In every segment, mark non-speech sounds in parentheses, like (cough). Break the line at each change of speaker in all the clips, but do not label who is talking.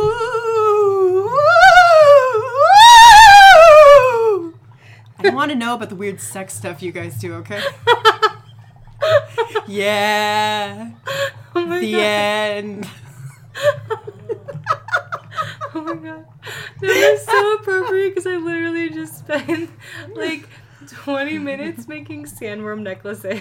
Woo! Woo! I want to know about the weird sex stuff you guys do, okay?
(laughs)
Yeah.
Oh my
the
god.
end.
(laughs) Oh my god. That is so appropriate because I literally just spent like 20 minutes making sandworm necklaces.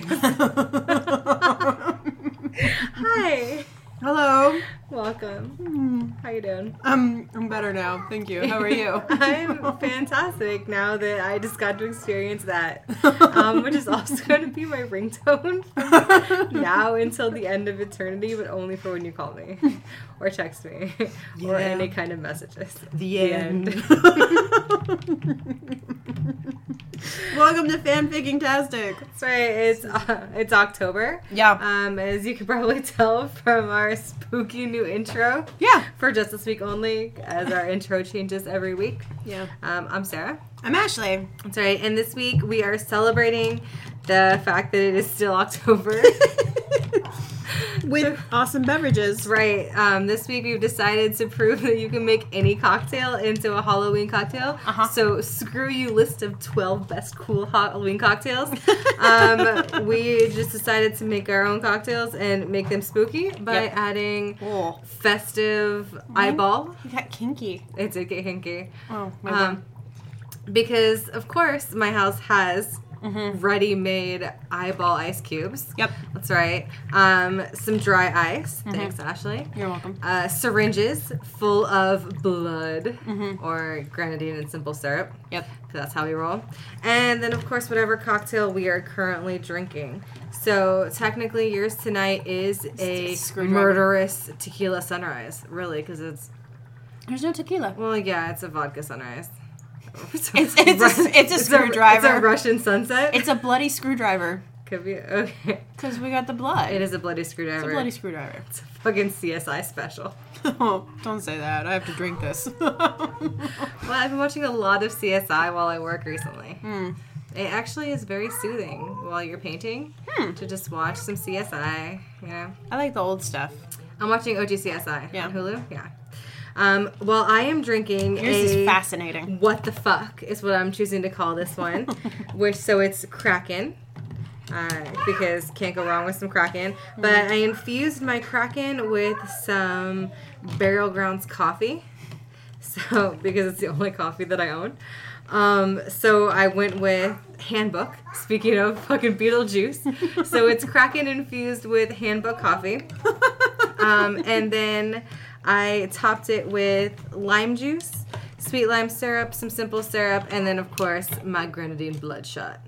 Hi.
Hello.
Welcome.
Mm,
How you doing?
I'm I'm better now. Thank you. How are (laughs) you?
(laughs) I'm fantastic now that I just got to experience that, um, which is also (laughs)
(laughs)
going to be my ringtone now until the end of eternity, but only for when you call me
(laughs)
or text me or
Yeah.
any kind of messages.
The
end.
end. (laughs) Welcome to fanficking tastic.
So it's uh, it's October.
Yeah.
Um, as you can probably (laughs) tell from our spooky new intro
Yeah.
for just this week only, as our intro changes every week.
Yeah.
Um, I'm Sarah.
I'm Ashley.
That's right. And this week we are celebrating the fact that it is still (laughs) October.
(laughs) With awesome beverages. (laughs)
That's right. Um, this week we've decided to prove that you can make any cocktail into a Halloween cocktail.
Uh-huh.
So screw you, list of twelve best cool Halloween cocktails. um, we just decided to make our own cocktails and make them spooky by
Yep.
adding
Oh.
festive eyeball.
You got kinky.
It did get hinky.
Oh
Um, because of course my house has
Mhm.
ready-made eyeball ice cubes.
Yep.
That's right. Um, some dry ice. Thanks, Ashley.
You're welcome.
Uh, syringes full of blood
Mhm.
or grenadine and simple syrup.
Yep.
'cause That's how we roll. And then, of course, whatever cocktail we are currently drinking. So, technically, yours tonight is a
screwdriver.
murderous tequila sunrise, really, because it's,
There's no tequila.
well, yeah, it's a vodka sunrise. (laughs) It's
It's- it's a- it's a
It's
screwdriver.
a Russian sunset.
(laughs) It's a bloody screwdriver.
(laughs) Could be, okay.
Because we got the blood.
It is a bloody screwdriver.
It's a bloody screwdriver.
It's a fucking CSI special.
(laughs) Oh, don't say that. I have to drink this. (laughs)
Well, I've been watching a lot of CSI while I work recently.
Hmm.
It actually is very soothing while you're painting
Hmm.
to just watch some CSI. You know,
I like the old stuff.
I'm watching OGCSI
Yeah.
on Hulu. Yeah. Um, well, I am drinking
Yours
a
is fascinating.
what the fuck is what I'm choosing to call this
(laughs)
one, which so it's Kraken. Uh, because can't go wrong with some Kraken. But I infused my Kraken with some Barrel Grounds coffee. (laughs) So, because it's the only coffee that I own. Um, so I went with Handbook, speaking of fucking
(laughs)
Beetlejuice. so it's Kraken infused with Handbook coffee. Um, and then I topped it with lime juice, sweet lime syrup, some simple syrup, and then, of course, my grenadine bloodshot.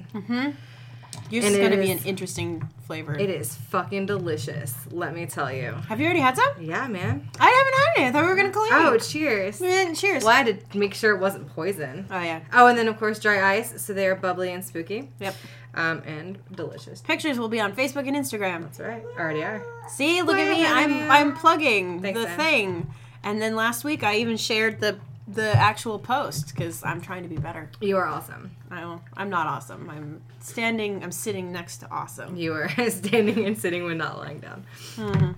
Yours
and
is
it
going to be
is-
an interesting flavor.
It is fucking delicious, let me tell you.
Have you already had some?
Yeah, man.
I haven't had any. I thought we were going to call
Oh,
you.
cheers.
Mm, cheers.
Well, I had to make sure it wasn't poison.
Oh, yeah.
Oh, and then, of course, dry ice, so they're bubbly and spooky
Yep.
um, and delicious.
Pictures will be on Facebook and Instagram.
That's right. Already are.
See, look at me. I'm
Whatever.
I'm plugging
Thanks,
the
Anne.
thing. And then last week I even shared the the actual post because I'm trying to be better.
You are awesome.
I don't, I'm not awesome. I'm standing. I'm sitting next to awesome.
You are (laughs) standing and sitting when not lying down.
Mhm.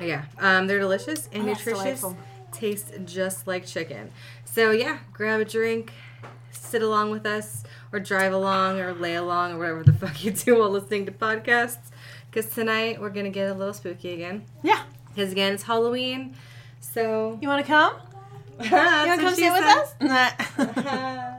Yeah, um, they're delicious and
Oh, that's
nutritious.
delightful.
Taste just like chicken. So yeah, grab a drink, sit along with us, or drive along, or lay along, or whatever the (laughs) fuck you do while listening to podcasts. Because tonight we're gonna get a little spooky again.
Yeah.
Because again, it's Halloween. So (laughs)
You want to come?
you
You
wanna
want to come sit with us? (laughs)
(laughs)
Nah.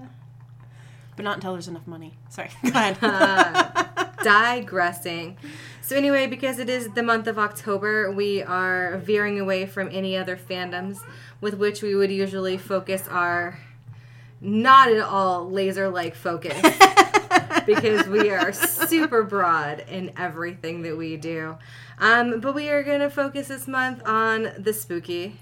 but not until there's enough money. Sorry. Go ahead.
digressing. So anyway, because it is the month of October, we are veering away from any other fandoms with which we would usually focus our not at all laser-like focus (laughs) (laughs) because
(laughs)
we are super broad in everything that we do. Um, but we are going to focus this month on the spooky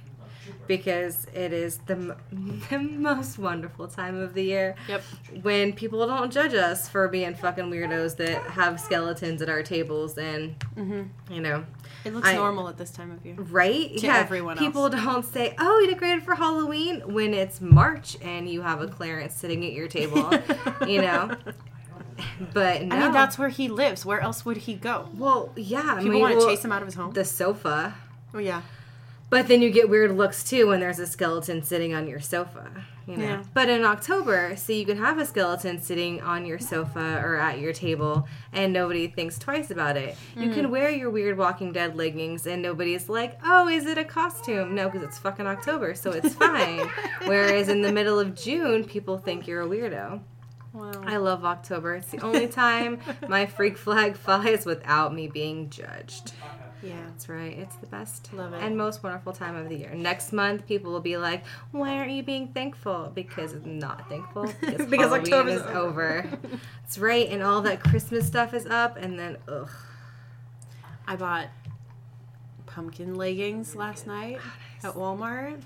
because it is the, m- (laughs) the most wonderful time of the year
Yep.
when people don't judge us for being fucking weirdos that have skeletons at our tables and
Mm-hmm.
you know
It looks
I-
normal at this time of year.
right
To everyone else.
people don't say oh you decorated for halloween when it's march and you have a clarence sitting at
(laughs)
your table you know but no
I mean, that's where he lives. Where else would he go?
well yeah I
People
mean,
want to
well,
chase him out of his home.
the sofa
oh yeah.
But then you get weird looks too when there's a skeleton sitting on your sofa. You know?
Yeah.
But in October, so you can have a skeleton sitting on your sofa or at your table and nobody thinks twice about it. You can wear your weird Walking Dead leggings and nobody's like, oh, is it a costume? No, because it's fucking October, so it's fine. Whereas in the middle of June, people think you're a weirdo.
Wow.
I love October. It's the only time my freak flag flies without me being judged.
Yeah.
That's right. It's the best
Love it.
and most wonderful time of the year. Next month, people will be like, "Why aren't you being thankful?" Because I'm not
(laughs)
thankful because,
Because
Halloween
October's
is over.
(laughs)
That's right, and all that Christmas stuff is up, and then ugh,
I bought pumpkin leggings last night
Oh,
at Walmart,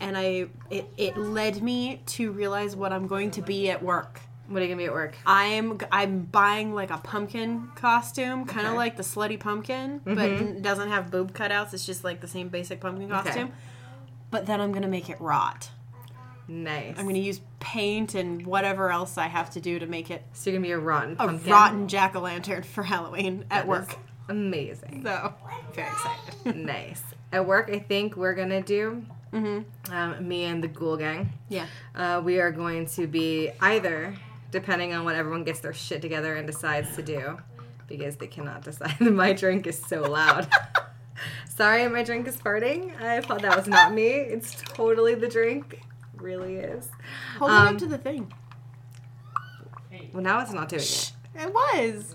and I it, it led me to realize what I'm going to be at work.
what are you gonna be at work?
I'm I'm buying like a pumpkin costume, kind of
Okay. Mm-hmm.
like the slutty pumpkin, but n- doesn't have boob cutouts. It's just like the same basic pumpkin
Okay.
costume. But then I'm gonna make it rot.
Nice.
I'm gonna use paint and whatever else I have to do to make it
so you're gonna be a rotten
a
pumpkin.
rotten jack o' lantern for Halloween at work. (laughs)
Amazing.
So very excited.
nice. At work, I think we're gonna do
mm-hmm.
um, me and the Ghoul Gang.
Yeah.
uh, we are going to be either, depending on what everyone gets their shit together and decides to do, because they cannot (laughs) decide. my drink is so loud. Sorry, my drink is farting. I thought that was not me. It's totally the drink. Really is.
Hold it
Um,
up to the thing.
Well, now it's not doing it.
It was.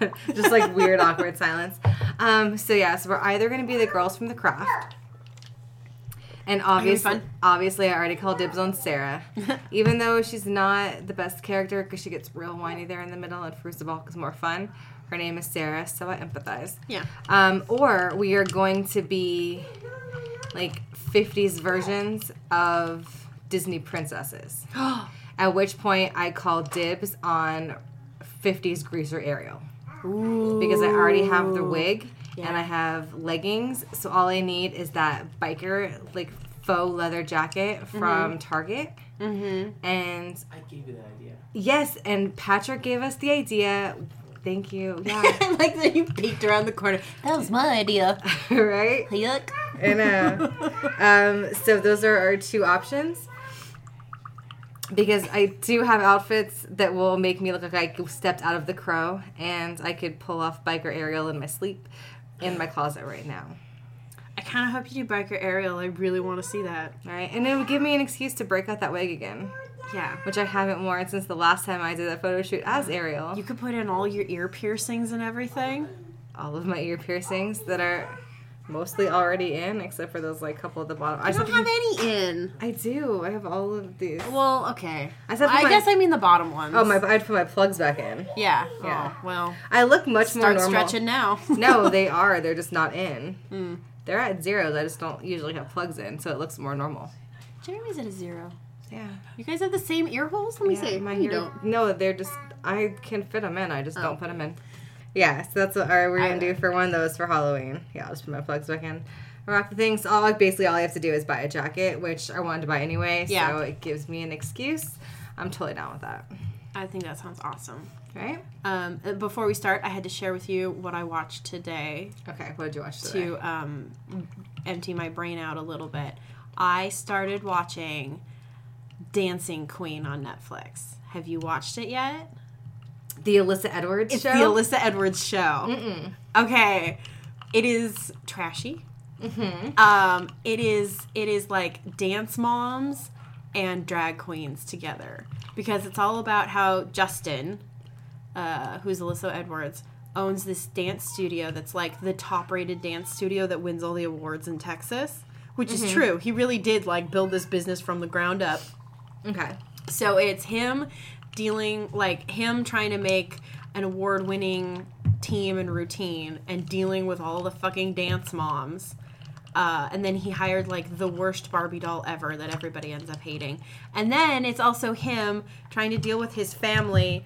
(laughs) Just like weird, awkward silence. Um, so yeah, so we're either going to be the girls from the craft, and obviously,
fun.
obviously, I already called dibs on Sarah. even though she's not the best character because she gets real whiny there in the middle and first of all is more fun her name is sarah so i empathize
(gasps) yeah.
um, or we are going to be like 50s versions of disney princesses at which point i call dibs on 50s greaser ariel because I already have the wig and I have leggings. So all I need is that biker like faux leather jacket from Target. Mm-hmm. And
I gave you that idea.
yes, and Patrick gave us the idea. Thank (laughs) you. Yeah.
(laughs) I like that you peeked around the corner. That was my idea.
right.
Yuck.
I know. Um, so those are our two options. Because I do have outfits that will make me look like I stepped out of the crow and I could pull off biker Ariel in my sleep in my closet right now.
(laughs) I kind of hope you do biker aerial. I really want to see that.
All right, and it would give me an excuse to break out that wig again,
Yeah.
which I haven't worn since the last time I did that photo shoot as Ariel.
You could put in all your ear piercings and everything.
All of my ear piercings that are mostly already in, except for those like couple at the bottom. I,
I don't have Oh. any in.
I do. I have all of these.
Well, okay.
I said for
I
my-
guess I mean the bottom ones.
Oh my! I'd put my plugs back in.
Yeah.
Yeah.
Oh, well,
I look much
start
more normal.
stretching now.
(laughs) no, they are. They're just not in.
Mm.
They're at zeros. I just don't usually have plugs in, so it looks more normal.
Jeremy's at a zero.
Yeah.
You guys have the same ear holes? Let me
Yeah,
see.
my
you
ear-
don't.
No, they're just. I can fit them in. I just don't put them in. Yeah, so that's what all right, we're gonna
I-
do for one of those for Halloween. Yeah, I'll just put my plugs back in. Rock the things. All like basically all I have to do is buy a jacket, which I wanted to buy anyway.
Yeah.
So it gives me an excuse. I'm totally down with that.
I think that sounds awesome.
Right?
Um, uh, before we start, I had to share with you what I watched today
Okay. What did you watch today?
to um, empty my brain out a little bit. I started watching Dancing Queen on Netflix. Have you watched it yet?
The Alyssa Edwards
It's
show.
the Alyssa Edwards show.
Mm-mm.
Okay, it is trashy.
Mm-hmm.
Um, it is it is like dance moms and drag queens together because it's all about how Justin, uh, who's Alyssa Edwards, owns this dance studio that's like the top rated dance studio that wins all the awards in Texas, which is
Mm-hmm.
true. He really did like build this business from the ground up.
Okay.
So it's him dealing, like him trying to make an award winning team and routine and dealing with all the fucking dance moms. Uh, and then he hired like the worst Barbie doll ever that everybody ends up hating. And then it's also him trying to deal with his family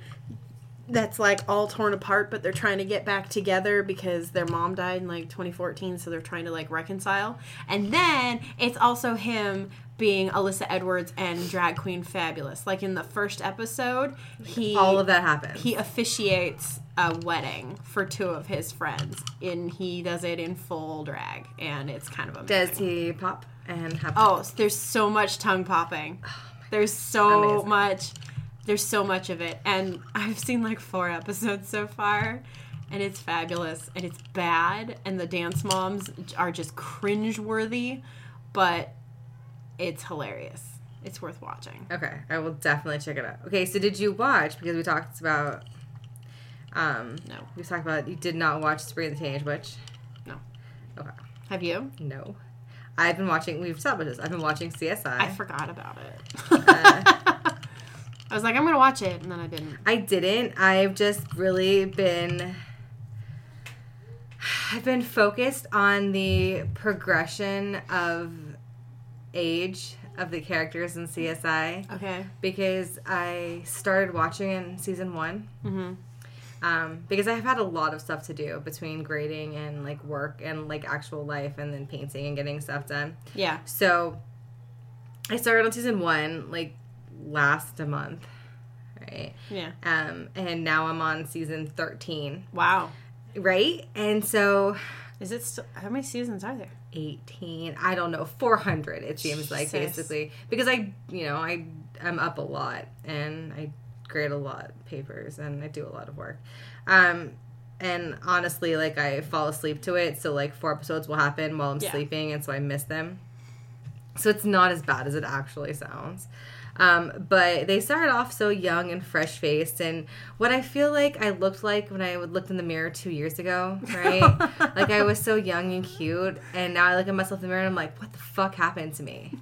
that's like all torn apart, but they're trying to get back together because their mom died in like 2014, so they're trying to like reconcile. And then it's also him being Alyssa Edwards and drag queen Fabulous. Like in the first episode, he
All of that happens.
he officiates a wedding for two of his friends, and he does it in full drag, and it's kind of amazing.
Does he pop and have?
Oh, s- there's so much tongue popping. there's so
Oh Amazing.
much. There's so much of it, and I've seen like four episodes so far, and it's fabulous, and it's bad, and the dance moms are just cringeworthy, but it's hilarious. It's worth watching.
Okay, I will definitely check it out. Okay, so did you watch? Because we talked about. Um,
No,
we talked about you did not watch Sabrina the Teenage Witch.
have you?
No, I've been watching. We've talked about this. I've been watching CSI.
I
I,
forgot about it.
Uh.
(laughs) I was like, I'm gonna watch it, and then I didn't.
didn't. I've just really been. I've been focused on the progression of age of the characters in CSI
Okay.
because I started watching in season one.
Mm-hmm.
um, because I've had a lot of stuff to do between grading and like work and like actual life and then painting and getting stuff done.
Yeah.
So I started on season one like last month, right?
Yeah.
Um, and now I'm on season 13,
Wow.
right? And so
Is it still? How many seasons are (laughs) there?
18, I don't know, 400 it seems like
Jesus.
basically because I, you know, I I'm up a lot and I grade a lot of papers and I do a lot of work. Um and honestly like I fall asleep to it, so like four episodes will happen while I'm
Yeah.
sleeping and so I miss them. So it's not as bad as it actually sounds. Um, but they started off so young and fresh faced, and what I feel like I looked like when I would looked in the mirror two years ago, right? like I was so young and cute, and now I look at myself in the mirror and I'm like, what the fuck happened to me?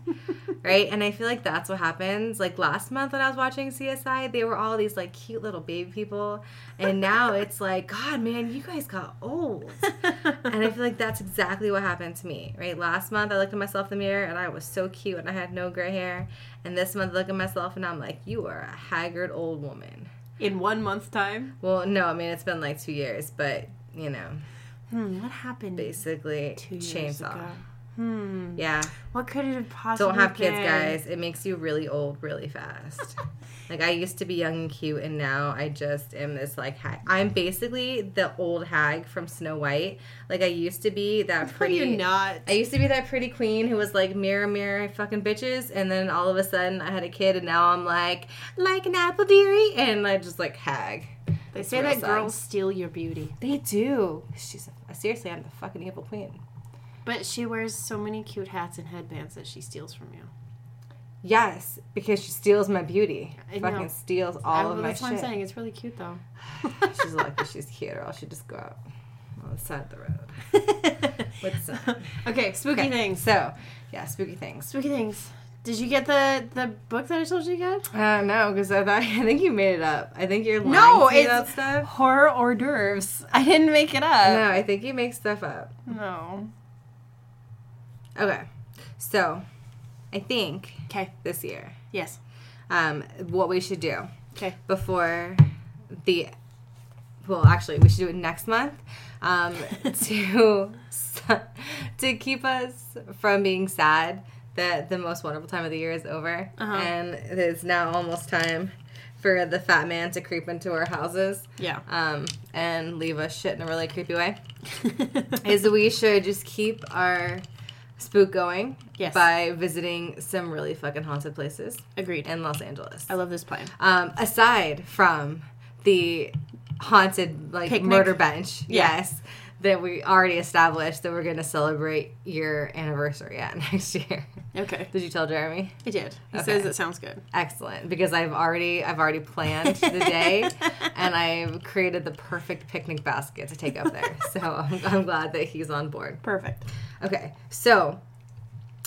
right? And I feel like that's what happens. Like last month when I was watching CSI, they were all these like cute little baby people, and now it's like, God, man, you guys got old. and I feel like that's exactly what happened to me, right? Last month I looked at myself in the mirror and I was so cute and I had no gray hair, and this month I look at myself and I'm like, you are a haggard old woman.
In one month's time.
Well, no, I mean it's been like two years, but you know,
Hmm. What happened?
basically
two years
chainsaw.
ago. Hmm.
Yeah.
What could it have possibly
Don't have kids,
been?
guys. It makes you really old
(laughs)
really fast. like I used to be young and cute, and now I just am this like hag. I'm basically the old hag from Snow White. Like I used to be that
Are
pretty.
you not?
I used to be that pretty queen who was like mirror mirror fucking bitches, and then all of a sudden I had a kid, and now I'm like like an apple berry, and I just like hag.
They
It's
say
real
that
sad.
girls steal your beauty,
They do. She's a, seriously, I'm the fucking evil queen.
but she wears so many cute hats and headbands that she steals from you.
Yes, because she steals my beauty.
I know.
Fucking steals all
I-
of my
that's what I'm
shit.
saying. It's really cute though.
(sighs) (laughs) she's lucky she's cute, or else she'd just go out on the side of the road. What's up?
(laughs) okay, spooky
Okay,
things.
So, yeah, spooky things.
Spooky things. Did you get the the book that I told you to get?
Uh, no, because I thought (laughs) I think you made it up. I think you're lying
No,
to me
it's-
about stuff.
Uh, Horror hors d'oeuvres. I didn't make it
No,
up.
I think you make stuff up.
No.
Okay, so I think
Okay.
this year,
Yes.
um, what we should do
Okay.
before the well, actually, we should do it next month um, to to keep us from being sad that the most wonderful time of the year is over,
Uh-huh.
and it's now almost time for the fat man to creep into our houses
(laughs) Yeah.
um, and leave us shit in a really creepy way. Is we should just keep our spook going
yes.
by visiting some really fucking haunted places
Agreed.
in Los Angeles
I love this plan.
um, aside from the haunted like
Picnic?
murder bench
Yeah.
yes that we already established that we're going to celebrate your anniversary at (laughs) next year
Okay.
did you tell jeremy
I did. He
Okay.
says it sounds good.
excellent because i've already i've already planned the
(laughs)
day and i've created the perfect picnic basket to take
(laughs)
up there so i'm, I'm glad that he's on board
Perfect.
okay so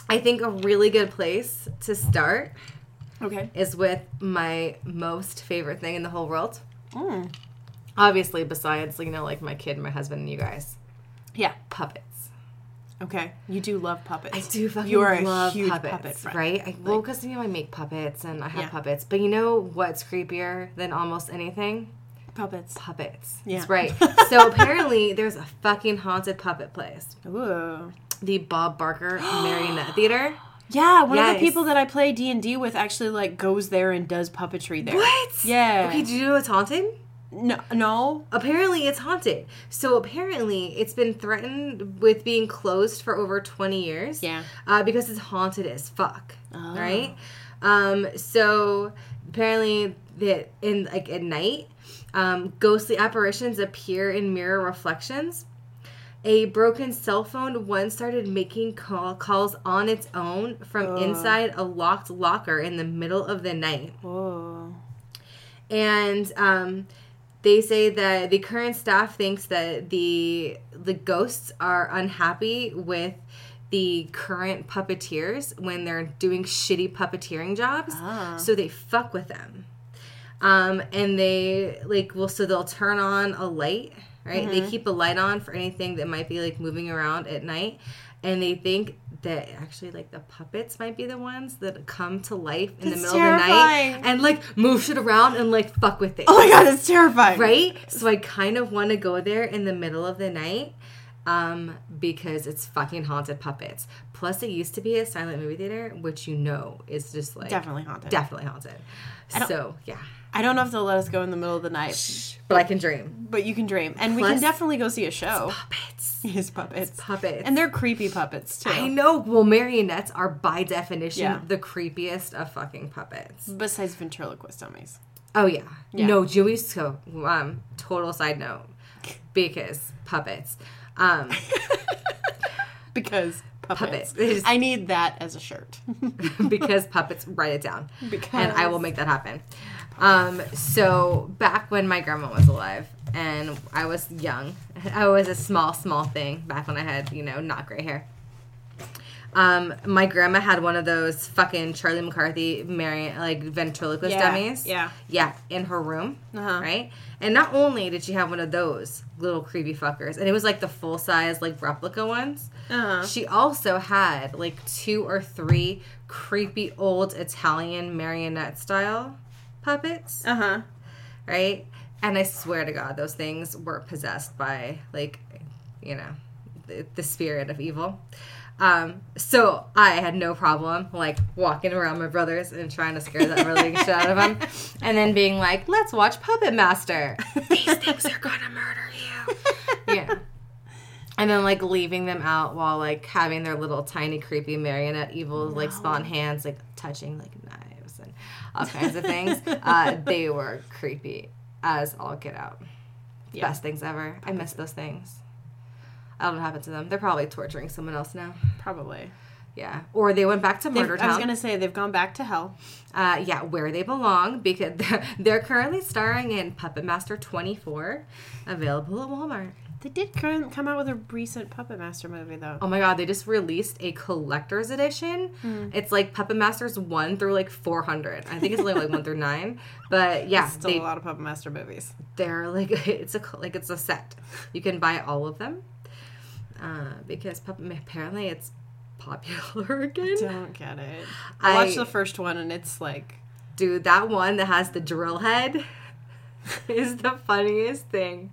i think a really good place to start
Okay.
is with my most favorite thing in the whole world
Mm.
obviously besides you know like my kid my husband and you guys
Yeah.
puppets
Okay. You do love
i
puppets.
do fucking
You are a
love
huge
puppets
puppet friend.
right I, well because you know i make puppets and i have
Yeah.
puppets but you know what's creepier than almost anything
Puppets.
Puppets.
Yeah.
That's (laughs) right. so apparently there's a fucking haunted puppet place.
Ooh.
The Bob Barker (gasps) Marionette Theater.
Yeah, one of the
Yes.
people that I play D and D with actually like goes there and does puppetry there.
What?
Yeah.
Okay, do you know it's haunted?
No, no.
Apparently it's haunted. So apparently it's been threatened with being closed for over 20 years.
Yeah.
Uh, because it's haunted as fuck.
Oh.
Right? Um, so apparently that in like at night, um, ghostly apparitions appear in mirror reflections. A broken cell phone once started making call- calls on its own from
Ugh.
inside a locked locker in the middle of the night
Oh.
and um, they say that the current staff thinks that the the ghosts are unhappy with the current puppeteers when they're doing shitty puppeteering jobs,
Ah.
so they fuck with them, um, and they like well, so they'll turn on a light, right?
Mm-hmm.
They keep a light on for anything that might be like moving around at night, and they think. That actually, like the puppets might be the ones that come to life in
That's
the middle of the night
terrifying.
and like move shit around and like fuck with it.
Oh my god, that's terrifying.
Right? So I kind of want to go there in the middle of the night um, because it's fucking haunted puppets. Plus, it used to be a silent movie theater, which you know is just like
Definitely haunted.
definitely haunted.
don't-
So yeah,
I don't know if they'll let us go in the middle of the night,
but I can dream.
but you can dream, and we
Plus-
can definitely go see a show.
Puppets,
(laughs) His puppets.
puppets,
And they're creepy puppets too.
I know. Well, marionettes are by definition
Yeah.
the creepiest of fucking puppets.
Besides ventriloquist dummies.
Oh yeah.
Yeah.
No, Jewish so um total side note. Because puppets. Um
Because puppets.
Puppets. They just-
I need that as a shirt. (laughs)
(laughs) because puppets write it down.
Because-
and I will make that happen. Um so back when my grandma was alive and I was young. (laughs) I was a small small thing back when I had, you know, not gray hair. Um, my grandma had one of those fucking Charlie McCarthy Marion like ventriloquist
Yeah,
dummies.
yeah.
Yeah, in her room.
Uh-huh.
Right? And not only did she have one of those little creepy fuckers, and it was like the full size, like replica ones,
Uh-huh.
she also had like two or three creepy old Italian marionette style puppets.
Uh huh.
Right? And I swear to God, those things were possessed by like, you know, the, the spirit of evil. Um, so I had no problem like walking around my brothers and trying to scare that really shit out of them, and then being like, "Let's watch Puppet Master."
(laughs)
These things are gonna murder you. yeah. And then like leaving them out while like having their little tiny creepy marionette evil like spawn hands like touching like knives and all kinds of things.
(laughs)
Uh, they were creepy as all get out.
Yeah.
Best things ever. I miss those things. I don't know what happened to them. They're probably torturing someone else now.
Probably.
Yeah. Or they went back to
They've-
Murder
I was
Town.
gonna say they've gone back to hell.
Uh, yeah, where they belong because (laughs) they're, they're currently starring in Puppet Master 24, available at Walmart.
They did come come out with a recent Puppet Master movie though.
Oh my god, they just released a collector's edition.
Hmm.
It's like Puppet Masters 1 through like 400. I think it's only like 1 through 9.
(laughs)
But yeah,
Still
they,
a lot of Puppet Master movies.
they're like (laughs) it's a co- like it's a set. You can buy all of them. Uh, because Puppet apparently it's popular (laughs) again.
Don't get it.
I-
I watched the first one and it's like
Dude, that one that has the drill head (laughs) is the funniest thing.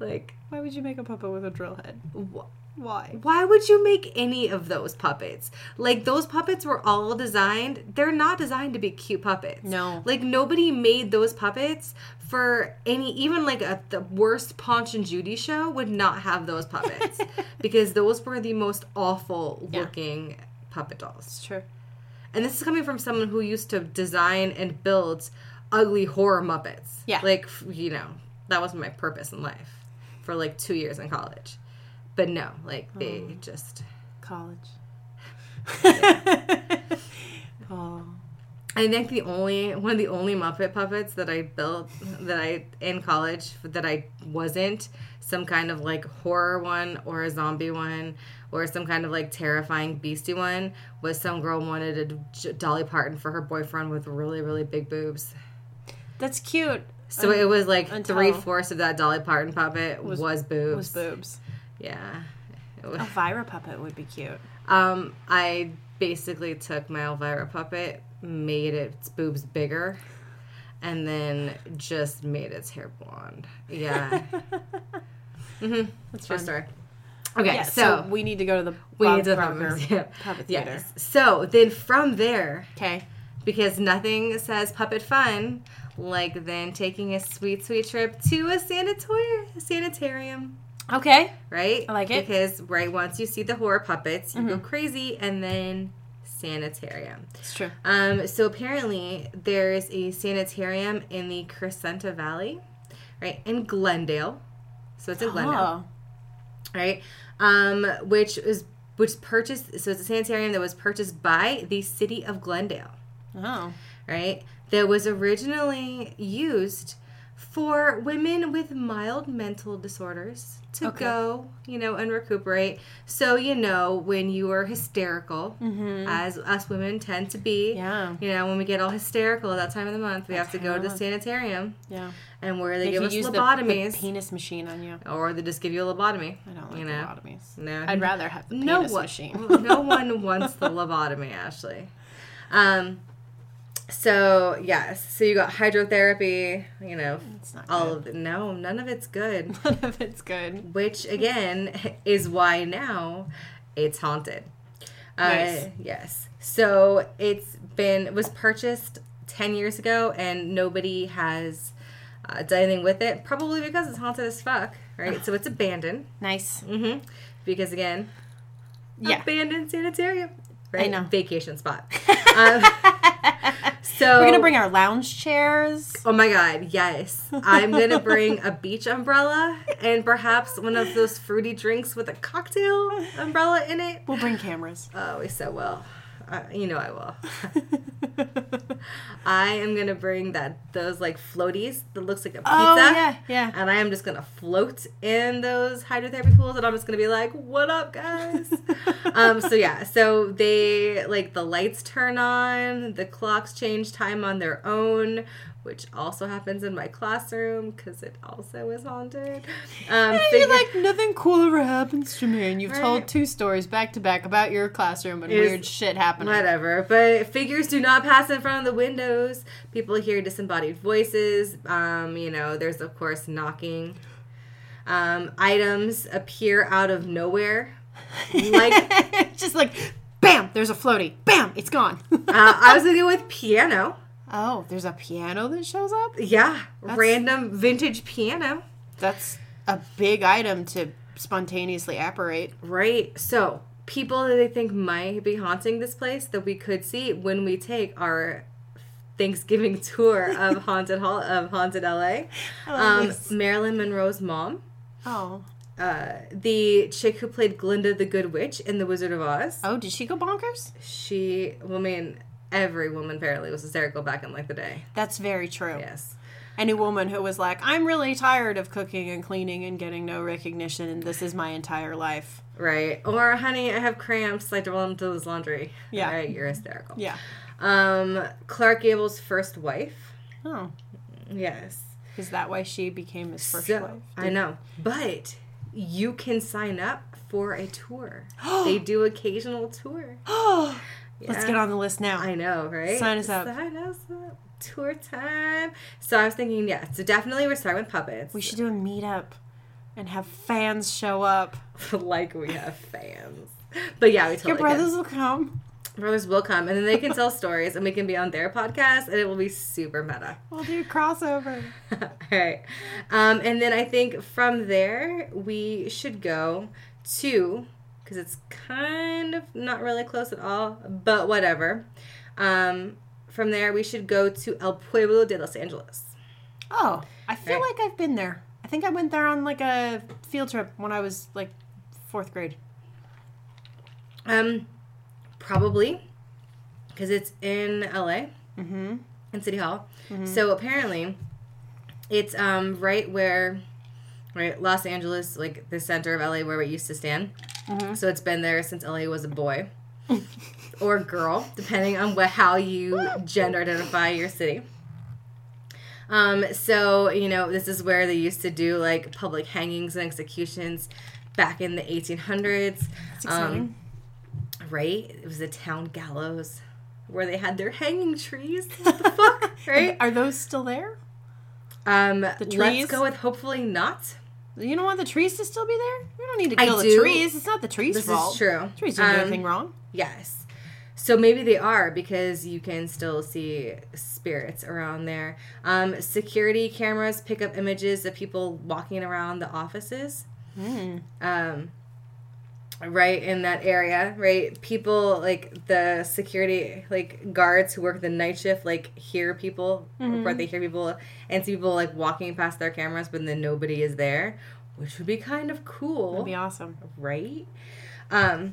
Like
why would you make a puppet with a drill head?
wh-
Why?
why would you make any of those puppets? Like those puppets were all designed. They're not designed to be cute puppets.
No.
Like nobody made those puppets for any even like a, the worst Paunch and Judy show would not have
(laughs)
those puppets because those were the most awful
Yeah.
looking puppet dolls.
It's true.
And this is coming from someone who used to design and build ugly horror muppets.
Yeah.
Like f- you know, that was my purpose in life for like 2 years in college. But no, like they
Oh.
just
(laughs) College. oh.
I think the only one of the only Muppet puppets that I built that I in college that I wasn't some kind of like horror one or a zombie one or some kind of like terrifying beastie one was some girl wanted a J- Dolly Parton for her boyfriend with really really big boobs.
That's cute.
So it was like
until-
three fourths of that Dolly Parton puppet was,
Was-
boobs.
With boobs.
Yeah. It was-
A Vira puppet would be cute.
Um, I basically took my Elvira puppet, made its boobs bigger, and then just made its hair blonde.
(laughs)
Yeah. mm-hmm.
That's
True
fun.
story. Okay,
Yeah,
so,
we need to go to the
we
Bob
need to
Barker
yeah.
puppet theater.
(laughs) Yes. So then from there,
Okay.
because nothing says puppet fun like then taking a sweet, sweet trip to a sanatorium, sanitarium
Okay.
right?
I like it. Mm-hmm.
Because right once you see the horror puppets, you go crazy, and then sanitarium.
It's true.
Um, so apparently there's a sanitarium in the Crescenta Valley, right in Glendale. So it's in
Oh.
Glendale, right? Um, which is which purchased. So it's a sanitarium that was purchased by the city of Glendale
Oh.
right? That was originally used for women with mild mental disorders to
Okay.
go, you know, and recuperate. So, you know, when you are hysterical, as us women tend to be,
Mm-hmm. Yeah.
you know, when we get all hysterical at that time of the month, we have to
time
go
of
to the
the
sanitarium
Yeah.
and where they
They
give
could
us
use the-
lobotomies
The, penis machine on you.
or they just give you a lobotomy.
I don't like
You know.
lobotomies.
No.
I'd rather have the penis
no one,
machine.
(laughs) no one wants the lobotomy, Ashley. Um, so yes, so you got hydrotherapy, you know,
(laughs) It's not
all
good.
of no, none of it's good,
(laughs) None of it's good.
which again (laughs) is why now it's haunted.
Nice.
Uh, yes, so it's been it was purchased ten years ago, and nobody has uh, done anything with it, probably because it's haunted as fuck, right? so it's abandoned.
(laughs) Nice.
Mm-hmm. Because again,
Yeah.
abandoned sanitarium. Right?
know.
Vacation spot.
(laughs)
um, so
We're gonna bring our lounge chairs.
Oh my god, yes. I'm gonna bring a beach umbrella and perhaps one of those fruity drinks with a cocktail umbrella in it.
We'll bring (laughs) cameras.
Oh, we so will. Uh, you know I will. I am gonna bring that those like floaties that looks like a pizza.
Oh yeah, yeah. (laughs)
And I am just gonna float in those hydrotherapy pools, and I'm just gonna be like, "What
(laughs)
up, guys?" um, so yeah, so they like the lights turn on, the clocks change time on their own, which also happens in my classroom because it also is haunted. Um,
And
figure-
you're like, nothing cool ever happens to me, and you've
Right.
told two stories back to back about your classroom and
Is-
weird shit happening.
Whatever, but figures do not pass in front of the windows. People hear disembodied voices. Um, you know, there's of course knocking. Um, items appear out of nowhere.
(laughs)
Like
just like, bam, there's a floaty. Bam, it's gone. (laughs)
uh, I was gonna go with piano.
oh, there's a piano that shows up?
Yeah, random vintage piano.
That's a big item to spontaneously apparate.
Right. So people that they think might be haunting this place that we could see when we take our Thanksgiving (laughs) tour
(laughs)
of haunted hall of haunted LA.
love
Um,
this.
Marilyn Monroe's mom.
Oh.
uh, the chick who played Glinda the Good Witch in The Wizard of Oz.
Oh, did she go bonkers?
She, well, I mean, every woman apparently was hysterical back in like the day.
That's very true.
Yes.
Any woman who was like, I'm really tired of cooking and cleaning and getting no recognition, and this is my entire life.
Right. Or, honey, I have cramps. I don't want to do this laundry.
Yeah.
Right. You're hysterical.
Yeah.
Um, Clark Gable's first wife.
Oh.
Yes.
Is that why she became his first
so,
wife?
I know. But you can sign up for a (gasps) tour. they do occasional tour.
Oh, (gasps) let's
Yeah.
get on the list now.
I know, right?
Sign us up.
Sign us up. Tour time. So I was thinking, yeah, so definitely we're starting with puppets.
We should do a meetup and have fans show up.
(laughs) like we have fans. But yeah, we totally
Your brothers will come.
can. brothers will come, and then they can tell stories, and we can be on their podcast, and it will be super meta.
We'll do a crossover.
(laughs) All right, um, and then I think from there we should go to because it's kind of not really close at all, but whatever. Um, from there we should go to El Pueblo de Los Angeles.
Oh, I feel
Right.
like I've been there. I think I went there on like a field trip when I was like fourth grade.
Um, probably because it's in LA,
Mm-hmm.
in City Hall. So apparently, it's um right where, right Los Angeles, like the center of LA, where it used to stand. So it's been there since LA was a boy or girl, depending on what how you gender identify your city. Um, so you know this is where they used to do like public hangings and executions back in the Um, 1800s.
It's
Um,
(laughs) exciting.
Right? It was the town gallows. where they had their hanging trees. What the fuck, right?
Are those still there?
Um,
trees?
let's go with hopefully not.
You don't want the trees to still be there? We don't need to
I
kill the
do.
trees. It's not the trees'
This
fault.
is true.
Trees didn't do
Um,
anything wrong.
Yes. So maybe they are because you can still see spirits around there. Um, security cameras pick up images of people walking around the offices. Um, right in that area, right? People like the security, like guards who work the night shift, like hear people,
Mm-hmm.
report they hear people and see people like walking past their cameras, but then nobody is there, which would be kind of cool
That'd be awesome.
right? Um,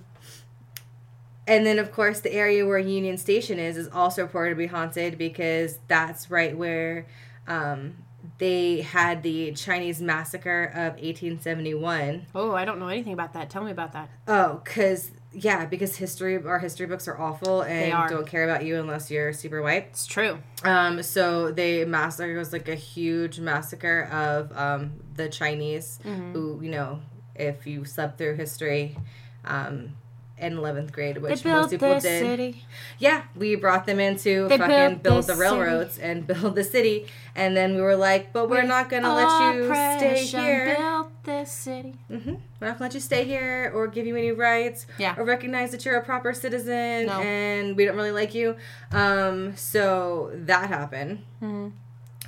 and then, of course, the area where Union Station is is also reported to be haunted because that's right where um, they had the Chinese massacre of 1871.
Oh, I don't know anything about that. Tell me about that.
Oh, because, yeah, because history, our history books are awful and
are.
don't care about you unless you're super white.
It's true.
Um, so they massacre it was like a huge massacre of um, the Chinese
Mm-hmm.
who, you know, if you slept through history, um, in eleventh grade, which most people did. Yeah, we brought them in to
They
fucking
built
build
the
the railroads and (laughs) build the city, and then we were like, but we're not gonna let you stay
Oppression
here.
Built this
(laughs)
city.
Mhm. We're not gonna let you stay here or give you any rights
Yeah.
or recognize that you're a proper citizen
No.
and we don't really like you. Um, so that happened.
Mm-hmm.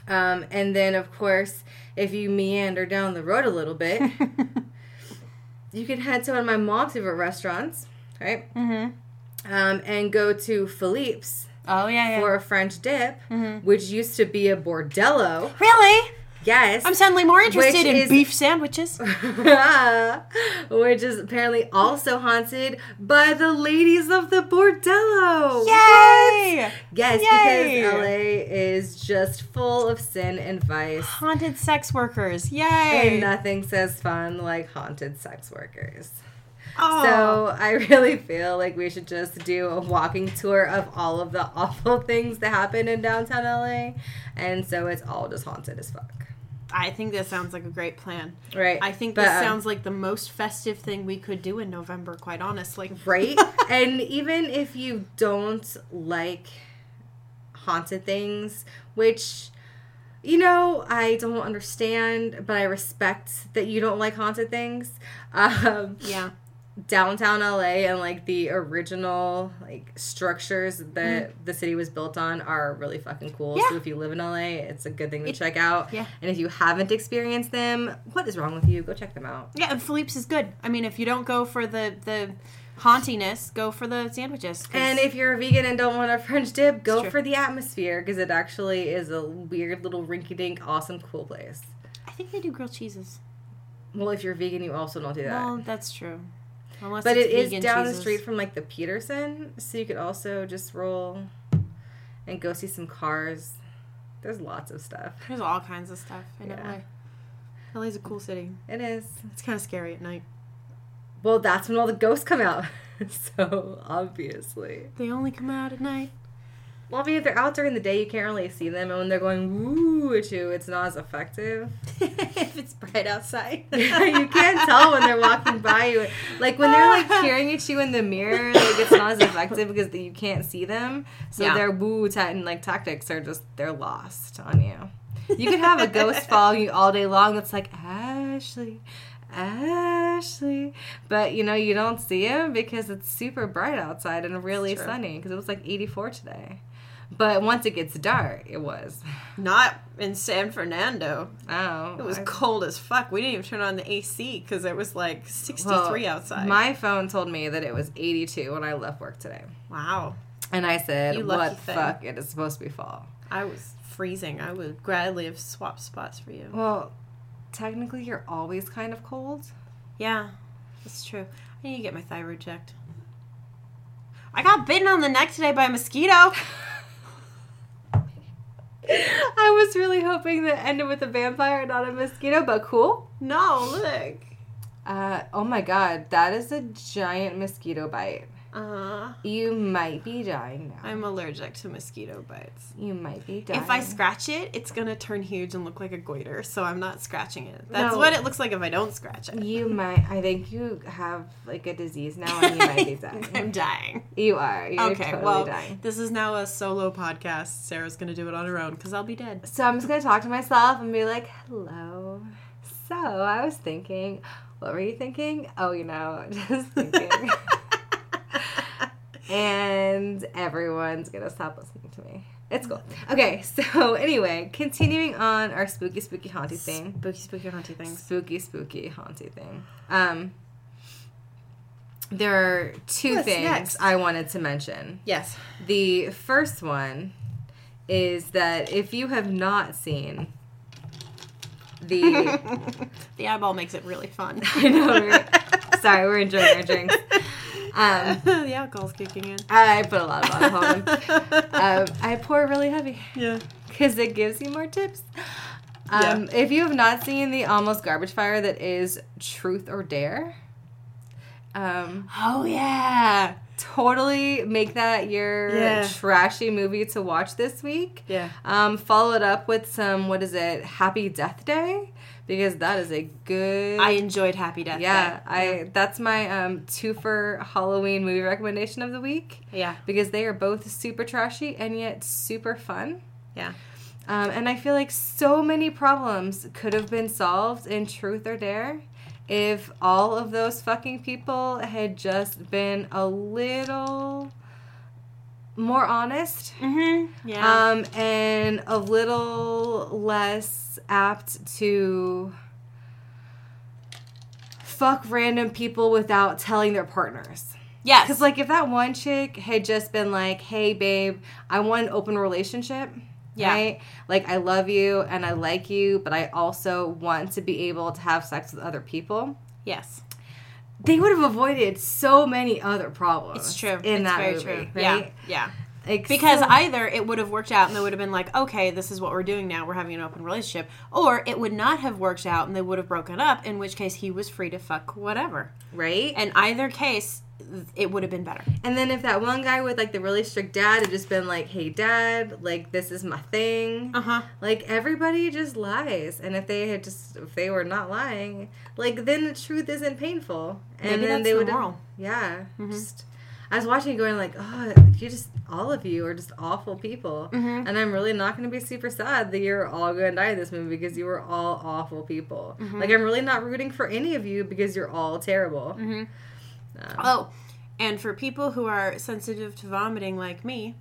Um, and then, of course, if you meander down the road a little
(laughs)
bit, Mm-hmm. you can head to one of my mom's favorite restaurants, right?
Mm-hmm.
Um, and go to Philippe's
Oh yeah, Mm-hmm. yeah.
for a French dip, which used to be a bordello.
really?
Yes.
I'm suddenly more interested in
is-
beef sandwiches.
(laughs) which is apparently also haunted by the ladies of the bordello.
Yay!
Yes,
Yay!
because LA is just full of sin and vice.
Haunted sex workers. Yay!
And uh, nothing says fun like haunted sex workers.
oh.
So I (laughs) really feel like we should just do a walking tour of all of the (laughs) awful things that happen in downtown LA. And so it's all just haunted as fuck.
I think this sounds like a great plan.
Right.
I think
But,
this
um,
sounds like the most festive thing we could do in November, quite honestly. (laughs)
right? and even if you don't like haunted things, which you know I don't understand, but I respect that you don't like haunted things. Um,
Yeah.
downtown LA and like the original like structures that the city was built on are really fucking cool. So
Mm-hmm. Yeah.
if you live in LA, it's a good thing to check out.
yeah.
And if you haven't experienced them, what is wrong with you? Go check them out.
Yeah, and Philippe's is good. I mean, if you don't go for the the hauntiness, go for the sandwiches. 'cause-
And if you're a vegan and don't want a French dip, go
true.
for the atmosphere because it actually is a weird little rinky-dink, awesome, cool place.
I think they do grilled cheeses.
Well, if you're vegan, you also don't do that.
Well, that's true. Unless
but
it's
it is
vegan
down
cheeses.
the street from like the Peterson, so you could also just roll and go see some cars. There's lots of stuff.
There's all kinds of stuff in
Yeah.
LA. LA's a cool city.
It is.
It's kind of scary at night.
Well, that's when all the ghosts come out. (laughs) so obviously,
They only come out at night.
well, I mean, if they're out during the day, you can't really see them, and when they're going woo at you, it's not as effective.
(laughs) if it's bright outside.
(laughs) (laughs) you can't tell when they're walking by you. Like when they're
(laughs)
like peering at you in the mirror, like it's not as effective because you can't see them. So
Yeah.
their woo ta- and like tactics are just they're lost on you. You could have
(laughs)
a ghost follow you all day long that's like Ashley, Ashley, but you know you don't see him because it's super bright outside and really
true.
sunny because it was like 84 today. But once it gets dark, it was. (laughs)
Not in San Fernando.
Oh,
It was
I-
cold as fuck. We didn't even turn on the AC because it was like 63
Well,
outside.
My phone told me that it was 82 when I left work today.
wow.
And I said,
You lucky
what
thing."
fuck? It is supposed to be fall.
I was freezing. I would gladly have swapped spots for you.
Well, technically, you're always kind of cold.
(laughs) Yeah, that's true. I need to get my thyroid checked. I got bitten on the neck today by a mosquito.
I was really hoping that ended with a vampire, not a mosquito, but cool.
(laughs) No, look.
Uh, oh my god, that is a giant mosquito bite.
Uh,
You might be dying now.
I'm allergic to mosquito bites.
You might be dying.
If I scratch it, it's gonna turn huge and look like a goiter, so I'm not scratching it. That's
No.
what it looks like if I don't scratch it. (laughs)
you might. I think you have like a disease now, and you
(laughs)
might be dying.
I'm dying.
You are. You're
okay,
totally
well,
dying.
this is now a solo podcast. Sarah's gonna do it on her own because I'll be dead.
So I'm just gonna talk to myself and be like, "Hello." So I was thinking, what were you thinking? Oh, you know, (laughs)
(laughs)
just thinking. and everyone's gonna stop listening to me. It's cool.
Mm-hmm.
Okay, so anyway, continuing on our spooky, spooky, haunty thing.
Spooky, spooky, haunty things.
spooky, spooky, haunty thing. Um, there are two
What's
things
next?
I wanted to mention.
Yes.
The first one is that if you have not seen
(laughs)
the,
(laughs) the eyeball makes it really (laughs) fun.
I know, right? sorry, we're enjoying our drinks.
(laughs)
Um,
the alcohol's kicking in.
I put a lot of alcohol
(laughs)
in. Um, I pour really heavy
yeah.
because it gives you more tips. Um, If you have not seen the almost garbage fire that is Truth or Dare, um,
Oh yeah.
totally make that your
Yeah.
trashy movie to watch this week.
Yeah.
Um, follow it up with some what is it? Happy Death Day because that is a good.
I enjoyed Happy Death
yeah,
Day.
I that's my um two for Halloween movie recommendation of the week
Yeah.
because they are both super trashy and yet super fun.
Yeah.
Um, and I feel like so many problems could have been solved in Truth or Dare if all of those fucking people had just been a little more honest
Mm-hmm. Yeah.
um, and a little less apt to fuck random people without telling their partners.
yes.
Because, like, if that one chick had just been like, hey, babe, I want an open relationship,
Yeah.
right? Like, I love you and I like you, but I also want to be able to have sex with other people.
yes.
They would have avoided so many other problems.
It's true.
In
it's
that
very
movie,
true.
right?
Yeah. Yeah.
Like,
Because
so-
either it would have worked out and they would have been like, okay, this is what we're doing now. We're having an open relationship. Or it would not have worked out and they would have broken up, in which case he was free to fuck whatever.
right?
In either case, th- it would have been better.
And then if that one guy with like the really strict dad had just been like, "Hey, dad, like this is my thing,"
Uh huh.
like everybody just lies. And if they had just if they were not lying, like then the truth isn't painful. And
Maybe
then
that's
they
the
would,
moral. Mm-hmm.
yeah. Just I was watching, it going like, "Oh, you just all of you are just awful people,"
Mm-hmm.
and I'm really not going to be super sad that you're all going to die in this movie because you were all awful people.
Mm-hmm.
Like I'm really not rooting for any of you because you're all terrible.
Mm-hmm. Oh, and for people who are sensitive to vomiting like me,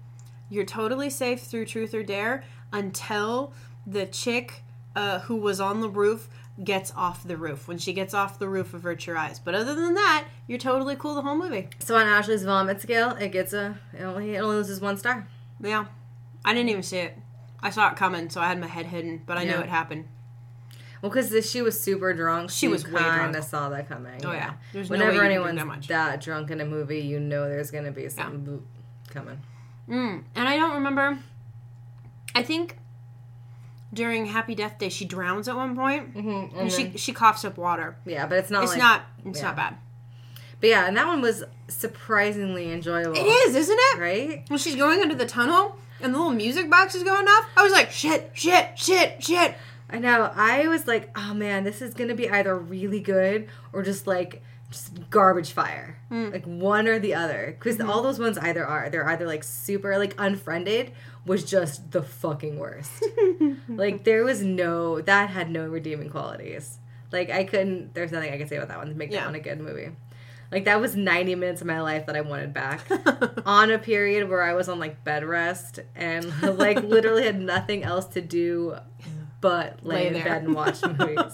you're totally safe through Truth or Dare until the chick uh, who was on the roof gets off the roof. When she gets off the roof, avert your eyes. But other than that, you're totally cool the whole movie.
So on Ashley's vomit scale, it gets a it only it only loses one star.
Yeah. I didn't even see it. I saw it coming, so I had my head hidden, but I knew
Yeah.
it happened.
Well, because she was super drunk, she,
was way drunk.
kind of saw that coming.
Oh, yeah. There's no way
Whenever
you can drink
anyone's
that much.
drunk in a movie, you know there's gonna be some boop coming.
Mm. And I don't remember. I think during Happy Death Day, she drowns at one point.
Mm-hmm. Oh,
And she, she coughs up water.
yeah, but it's not.
It's
like,
not it's not bad.
But yeah, and that one was surprisingly enjoyable.
It is, isn't it?
right?
When she's going into the tunnel and the little music box is going off, I was like, shit, shit, shit, shit. (laughs)
I know. I was like, oh man, this is gonna be either really good or just like just garbage fire, like one or the other. Because all those ones either are they're either like super like unfriended was just the fucking worst. like there was no that had no redeeming qualities. Like I couldn't. There's nothing I could say about that one to make
Yeah.
that one a good movie. Like that was 90 minutes of my life that I wanted back on a period where I was on like bed rest and like literally
(laughs)
had nothing else to do but lay,
Lay
in
there.
bed
(laughs)
and watch movies.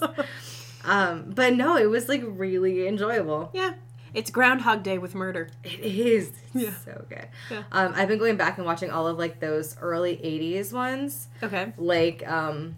Um, but no, it was like really enjoyable.
yeah. It's Groundhog Day with murder.
It is
Yeah.
so good.
Yeah.
Um, I've been going back and watching all of like those early 80s ones,
Okay.
like um,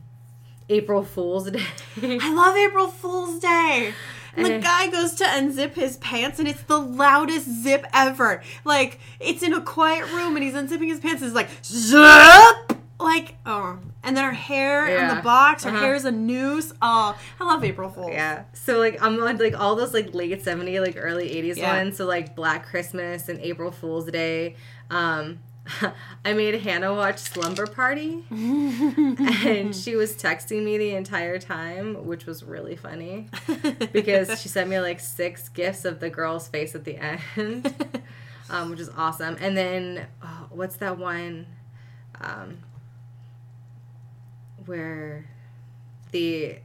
April Fool's Day. (laughs)
I love April Fool's Day. And the
Eh.
guy goes to unzip his pants, and it's the loudest zip ever. Like, it's in a quiet room, and he's unzipping his pants, and it's like, zip! like oh and then her hair and
Yeah.
the box her
Uh-huh.
hair is a noose oh i love april fool (laughs)
Yeah. So like I'm on like all those like late 70s, like early 80s
Yeah.
ones. So like Black Christmas and April Fool's Day. Um (laughs) I made Hannah watch Slumber Party and she was texting me the entire time, which was really funny because she sent me like six gifts of the girl's face at the end, um, which is awesome. And then oh, what's that one um, where the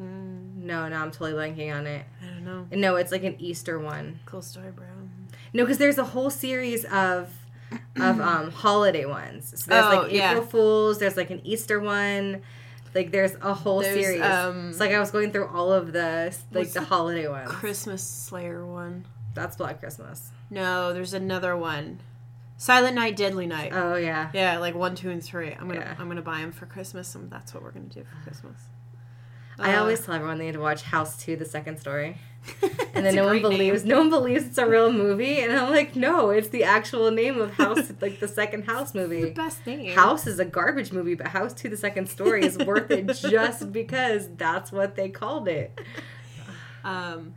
Mm,
No, no, I'm totally blanking on it.
i don't know
No, it's like an Easter one.
cool story bro
No, because there's a whole series of
(clears throat)
of um holiday ones. So there's
Oh,
like
yeah.
April Fools. There's like an Easter one. Like there's a whole
There's,
series.
um,
it's like I was going through all of the like
What's
the
the-
holiday ones.
christmas slayer one
That's Black Christmas.
no there's another one silent night deadly night
Oh yeah.
yeah like one two and three i'm gonna
Yeah.
i'm gonna buy them for christmas and that's what we're gonna do for christmas
I
Uh,
always (laughs) tell everyone they need to watch House Two: The Second Story, and
(laughs) it's
then
a
no one
great name.
believes. No one believes it's a real movie, and I'm like, no, it's the actual name of House,
(laughs)
like the second House movie.
the best name
House is a garbage movie, but House to the Second Story is
(laughs)
worth it just because that's what they called it.
um,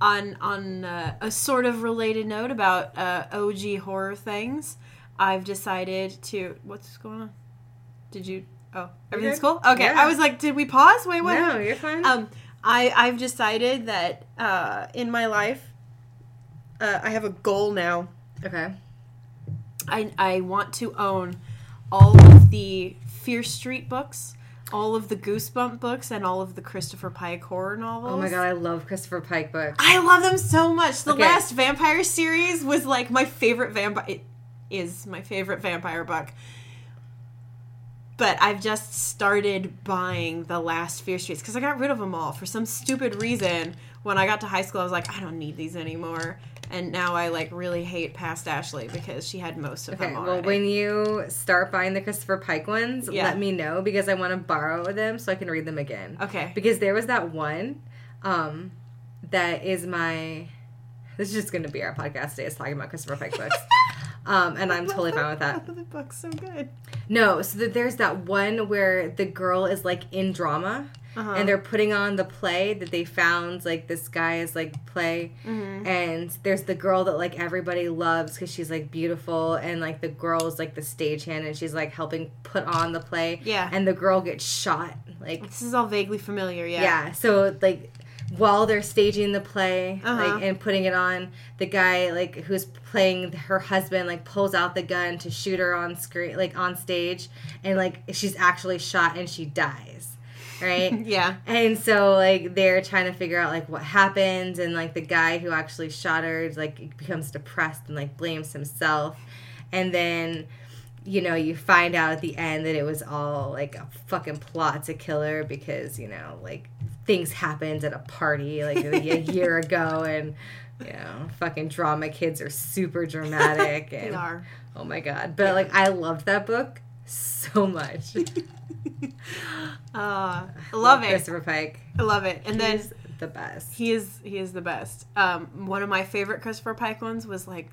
on on uh, a sort of related note about uh, OG horror things, I've decided to. What's going on? Did you? Oh, everything's
good?
cool. Okay,
Yeah.
I was like, did we pause? Wait, what?
No, you're fine.
Um, I I've decided that uh, in my life, uh, I have a goal now.
okay.
I I want to own all of the Fear Street books. All of the Goosebump books and all of the Christopher Pike horror novels.
Oh my god, I love Christopher Pike books.
I love them so much. The
Okay.
last vampire series was like my favorite vampire. It is my favorite vampire book. But I've just started buying the last Fear Streets because I got rid of them all for some stupid reason. When I got to high school, I was like, I don't need these anymore. And now I like really hate past Ashley because she had most of
Okay,
them
well,
already.
when you start buying the Christopher Pike ones,
Yeah.
let me know because I want to borrow them so I can read them again.
okay.
Because there was that one um, that is my. This is just going to be our podcast today. It's talking about Christopher
(laughs)
Pike books. Um, and I'm totally fine with
(laughs)
that.
the book's so good.
No, so that there's that one where the girl is like in drama
Uh-huh.
and they're putting on the play that they found like this guy is like play
Mm-hmm.
and there's the girl that like everybody loves because she's like beautiful and like the girl is like the stagehand and she's like helping put on the play
Yeah.
and the girl gets shot like
This is all vaguely familiar. Yeah.
yeah. So like while they're staging the play
Uh-huh.
like and putting it on, the guy like who's playing her husband like pulls out the gun to shoot her on screen like on stage and like she's actually shot and she dies. Right?
Yeah.
And so like they're trying to figure out like what happens and like the guy who actually shot her like becomes depressed and like blames himself. And then you know, you find out at the end that it was all like a fucking plot to kill her because, you know, like things happened at a party like
(laughs)
a year ago and you know, fucking drama kids are super
(laughs)
dramatic
They
and
are.
Oh my god. But like I loved that book so much.
Uh, (laughs) love it.
Christopher Pike.
I love it. And then
He's the best.
He is he is the best. Um, one of my favorite Christopher Pike ones was like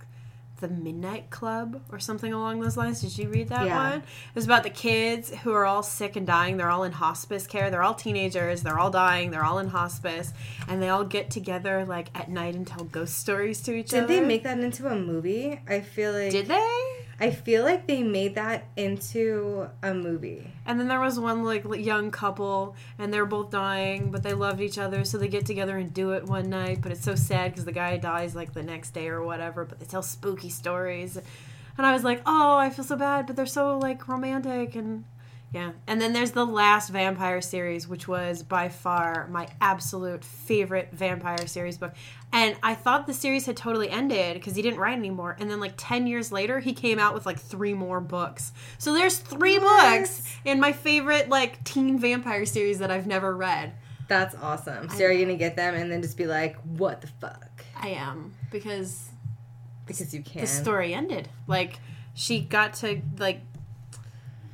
the Midnight Club or something along those lines. Did you read that
Yeah.
one? It was about the kids who are all sick and dying. They're all in hospice care. They're all teenagers. They're all dying. They're all in hospice, and they all get together like at night and tell ghost stories to each
Did
other.
they make that into a movie? I feel like
Did they?
I feel like they made that into a movie.
And then there was one like li- young couple, and they're both dying, but they loved each other, so they get together and do it one night. But it's so sad because the guy dies like the next day or whatever. But they tell spooky stories, and I was like, oh, I feel so bad, but they're so like romantic and yeah. And then there's the last vampire series, which was by far my absolute favorite vampire series book. And I thought the series had totally ended because he didn't write anymore. And then like ten years later, he came out with like three more books. So there's three
What?
books in my favorite like teen vampire series that I've never read.
That's awesome. So you're gonna get them and then just be like, "What the fuck?"
I am because
Because you can.
the story ended. Like she got to like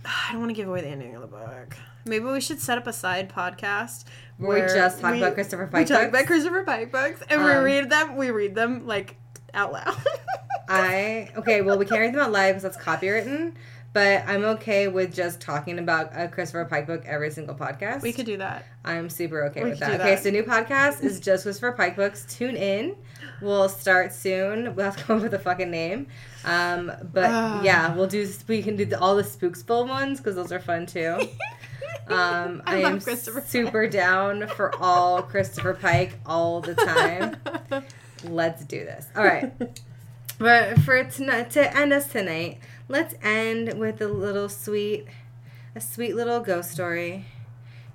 I don't want to give away the ending of the book. Maybe we should set up a side podcast
Where we just talk about Christopher Pike
We talk
books?
about Christopher Pike books and
Um,
we read them. We read them like out loud.
(laughs) I okay. Well, we can't read them out live because that's copywritten. But I'm okay with just talking about a Christopher Pike book every single
(laughs)
podcast.
We could do that.
I'm super okay
We
with
could
that.
do
Okay,
that.
so new podcast is just Christopher Pike books. Tune in. We'll start soon. We'll have to come up with a fucking name. Um, but
Ah.
yeah, we'll do. We can do the, all the Spooksville ones because those are
(laughs)
fun too. (laughs) Um, I,
I love
am
Christopher
super down for
(laughs)
all Christopher Pike all the time. let's do this. All right. but for tonight, to end us tonight, let's end with a little sweet, a sweet little ghost story.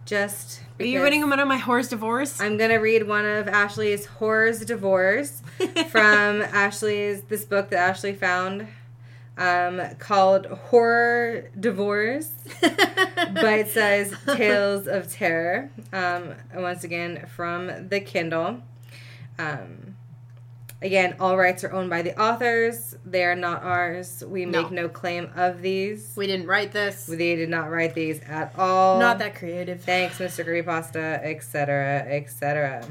Just
Are you
because
reading one of my horse divorce?
I'm gonna read one of Ashley's
(laughs)
horror's divorce from Ashley's this book that Ashley found, um, called Horror Divorce but
(laughs)
it says Tales of Terror. Um, once again, from the Kindle. Um, again, all rights are owned by the authors. They are not ours. We
No.
make no claim of these.
we didn't write this.
They did not write these at all.
Not that creative.
Thanks, Mr. Curry Pasta, etc., etc.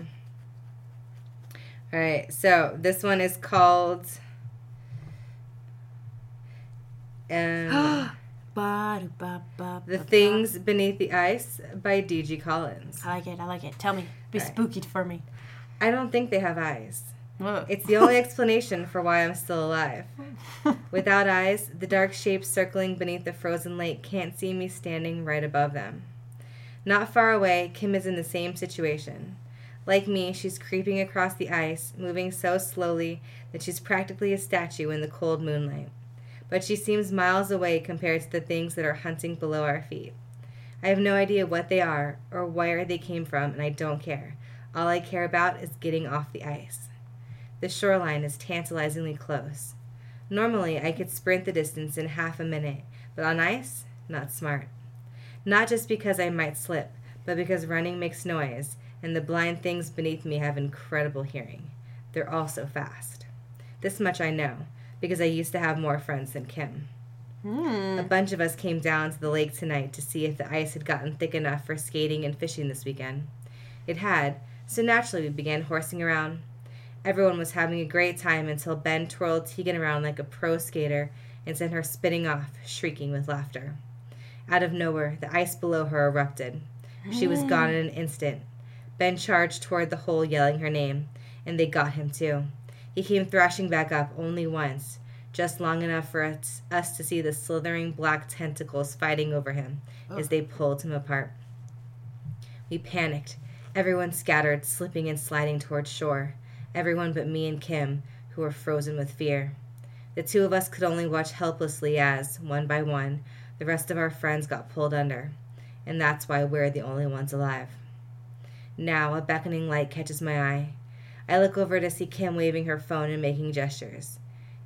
All right, so this one is called. Um, The
The
Things Beneath the Ice by D.G. Collins.
I like it. I like it. Tell me. Be
All right.
spooky for me.
I don't think they have eyes.
Whoa.
It's the only explanation for why I'm still alive.
(laughs)
Without eyes, the dark shapes circling beneath the frozen lake can't see me standing right above them. Not far away, Kim is in the same situation. Like me, she's creeping across the ice, moving so slowly that she's practically a statue in the cold moonlight. But she seems miles away compared to the things that are hunting below our feet. I have no idea what they are or where they came from, and I don't care. All I care about is getting off the ice. The shoreline is tantalizingly close. Normally, I could sprint the distance in half a minute, but on ice, not smart. Not just because I might slip, but because running makes noise, and the blind things beneath me have incredible hearing. They're also fast. This much I know, because I used to have more friends than Kim.
Hmm.
A bunch of us came down to the lake tonight to see if the ice had gotten thick enough for skating and fishing this weekend. It had, so naturally we began horsing around. Everyone was having a great time until Ben twirled Tegan around like a pro skater and sent her spinning off, shrieking with laughter. Out of nowhere, the ice below her erupted. She was gone in an instant. Ben charged toward the hole, yelling her name, and they got him too. He came thrashing back up only once, just long enough for us, us to see the slithering black tentacles fighting over him as they pulled him apart. We panicked. Everyone scattered, slipping and sliding toward shore. Everyone but me and Kim, who were frozen with fear. The two of us could only watch helplessly as, one by one, the rest of our friends got pulled under. And that's why we're the only ones alive. Now, a beckoning light catches my eye. I look over to see Kim waving her phone and making gestures.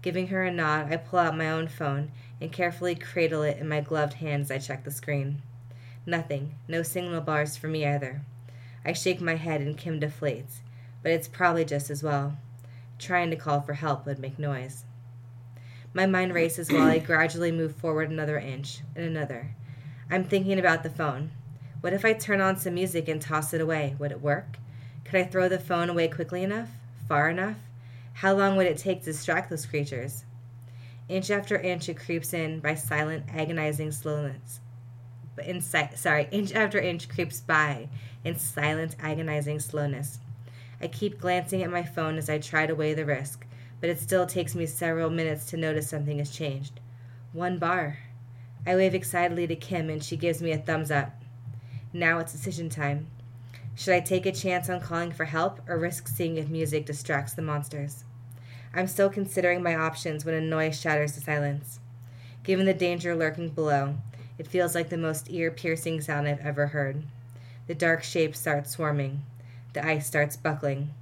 Giving her a nod, I pull out my own phone and carefully cradle it in my gloved hands as I check the screen. Nothing, no signal bars for me either. I shake my head and Kim deflates, but it's probably just as well. Trying to call for help would make noise. My mind races while I gradually move forward another inch and another. I'm thinking about the phone. What if I turn on some music and toss it away? Would it work? Could I throw the phone away quickly enough? Far enough? How long would it take to distract those creatures? Inch after inch, it creeps in by silent, agonizing slowness. But in si- sorry, inch after inch creeps by in silent, agonizing slowness. I keep glancing at my phone as I try to weigh the risk, but it still takes me several minutes to notice something has changed. One bar. I wave excitedly to Kim, and she gives me a thumbs up. Now it's decision time. Should I take a chance on calling for help or risk seeing if music distracts the monsters? I'm still considering my options when a noise shatters the silence. Given the danger lurking below, it feels like the most ear piercing sound I've ever heard. The dark shapes start swarming. The ice starts buckling.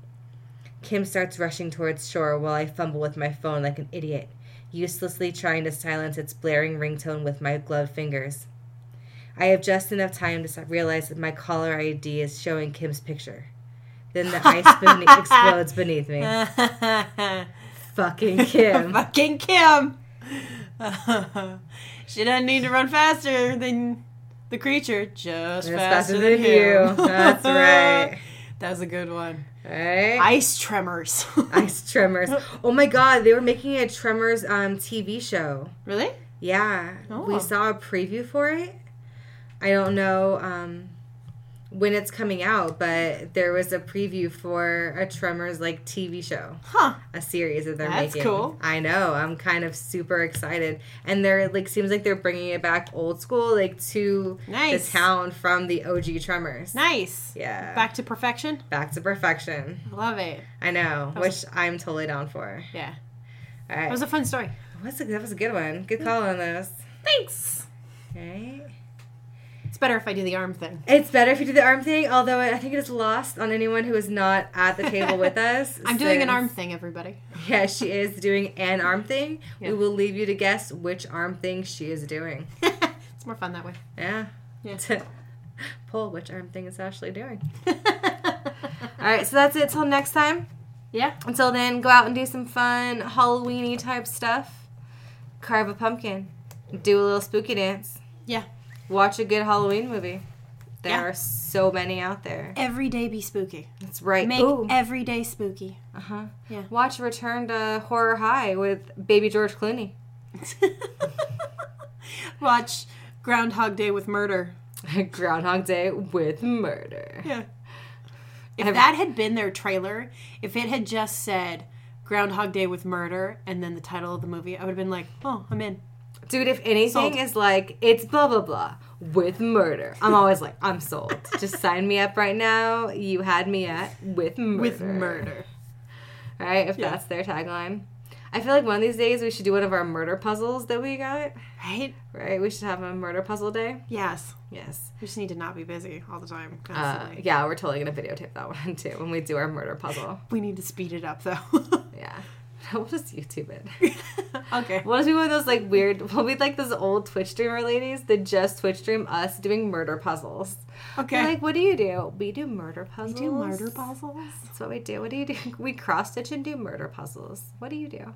Kim starts rushing towards shore while I fumble with my phone like an idiot, uselessly trying to silence its blaring ringtone with my gloved fingers. I have just enough time to s- realize that my caller ID is showing Kim's picture. Then the ice beneath explodes beneath me. Fucking
(laughs)
Kim.
Fucking Kim. (laughs) she doesn't need to run faster than the creature, just faster, than, you.
That's right.
(laughs) That was a good one.
Right?
Ice tremors.
(laughs)
(laughs)
Ice Tremors. Oh my god, they were making a Tremors um, TV show.
really?
Yeah,
Oh.
we saw a preview for it. I don't know um, when it's coming out, but there was a preview for a Tremors like TV show,
Huh.
a series that they're
That's
making.
cool.
I know. I'm kind of super excited, and they're like seems like they're bringing it back old school, like to
Nice.
the town from the OG Tremors.
Nice.
Yeah, back
Back to perfection.
back to perfection.
Love it.
I know,
That
which
was-
I'm totally down for.
Yeah.
All right,
That was a fun story.
What's a- that was a good one. Good call on those.
Thanks.
Right.
It's better if I do the arm thing.
It's better if you do the arm thing, although I think it is lost on anyone who is not at the table (laughs) with us.
I'm doing an
since-
arm thing, everybody. (laughs)
Yeah, she is doing an arm thing.
Yeah.
We will leave you to guess which arm thing she is doing.
it's more fun that way.
Yeah. (laughs)
(laughs) Yeah.
Pull which arm thing is Ashley doing. All right, so that's it till next time.
yeah.
Until then, go out and do some fun Halloweeny type stuff. Carve a pumpkin. Do a little spooky dance.
Yeah.
Watch a good Halloween movie. There
Yeah.
are so many out there.
Every day be spooky.
That's right.
Make
Ooh.
every day spooky.
Uh-huh.
Yeah.
Watch Return to Horror High with baby George Clooney. (laughs)
(laughs) Watch Groundhog Day with murder.
Groundhog Day with murder.
Yeah. If
I've-
that had been their trailer, if it had just said Groundhog Day with murder and then the title of the movie, I would have been like, oh, I'm in.
Dude, if anything
Sold.
is like, it's blah, blah, blah with murder, I'm always like, I'm sold. Just sign me up right now. You had me at with murder.
With murder.
Right? If
Yeah.
that's their tagline. I feel like one of these days we should do one of our murder puzzles that we got.
Right?
Right? We should have a murder puzzle day.
Yes.
Yes.
We just need to not be busy all the time.
Uh,
Constantly.
yeah, we're totally gonna videotape that (laughs) one too when we do our murder puzzle.
We need to speed it up, though. (laughs)
(laughs) Yeah. We'll just YouTube it.
okay.
We'll just be one of those like weird. We'll be like those old Twitch streamer ladies that just Twitch stream us doing murder puzzles.
Okay. (laughs)
They're like, what do you do? We do murder puzzles.
do murder puzzles.
That's what we do. What do you do? (laughs) We cross stitch and do murder puzzles. What do you do?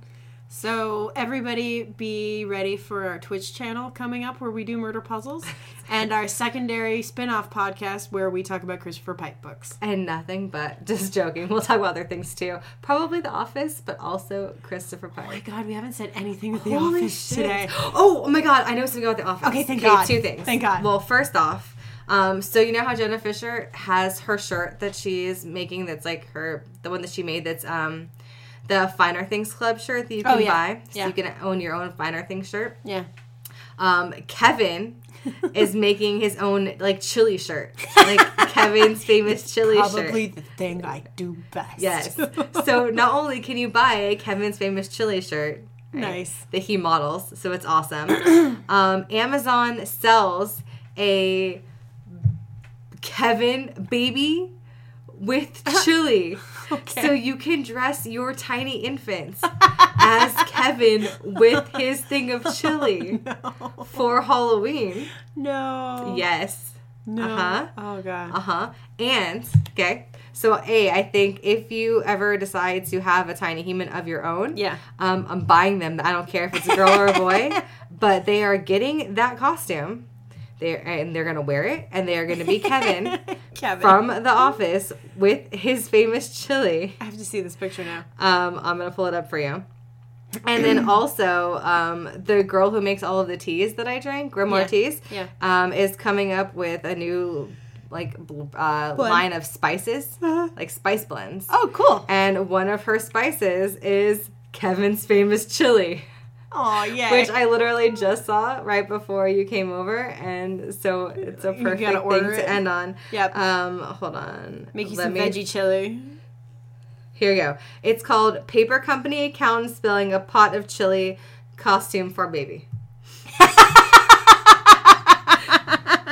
So everybody be ready for our Twitch channel coming up where we do murder (laughs) puzzles and our secondary spin-off podcast where we talk about Christopher Pike books.
And nothing but (laughs) just joking. We'll talk about other things too. Probably The Office, but also Christopher
My
Pike.
God, we haven't said anything with the
Holy
office
shit.
today.
Oh, oh my God! I know something about The Office.
Okay, thank God.
Two things.
Thank God.
Well, first off. Um, so you know how Jenna Fisher has her shirt that she's making that's like her the one that she made that's um the Finer Things Club shirt that you
Oh,
can
yeah.
buy. So
Yeah.
you can own your own Finer Things shirt.
Yeah.
Um,
(laughs)
Kevin is making his own like chili shirt.
(laughs)
Like Kevin's famous chili shirt.
Probably the thing I do best.
Yes. so not only can you buy Kevin's famous chili shirt,
(laughs)
right,
Nice.
that he models, so it's awesome.
(clears throat)
um, Amazon sells a Kevin baby
(laughs)
with chili.
Okay.
So you can dress your tiny
(laughs)
infants as Kevin with his thing of
(laughs)
chili
no.
for Halloween.
No.
Yes.
No.
Uh-huh.
Oh God.
Uh huh. And, okay. So, A, I think if you ever decide to have a tiny human of your own,
Yeah.
um, I'm buying them. I don't care if it's a girl or a boy, but they are getting that costume. They and they're gonna wear it, and they are gonna
(laughs)
be Kevin
(laughs) Kevin.
from The Office with his famous chili.
I have to see this picture now.
Um, I'm gonna pull it up for you.
(clears throat)
And then also, um, the girl who makes all of the teas that I drink, Grimoire
Yeah.
Teas,
Yeah.
um, is coming up with a new like bl- uh, line of spices,
Uh-huh.
like spice blends.
Oh, cool.
And one of her spices is Kevin's famous chili,
Oh, yeah.
which I literally just saw right before you came over, and so it's a
You gotta
perfect thing
order
to
it.
end on.
Yep.
Um, hold on.
Make you
Let
some
me-
veggie
(laughs)
chili.
Here we go. It's called Paper Company Accountant Spilling a Pot of Chili Costume for Baby.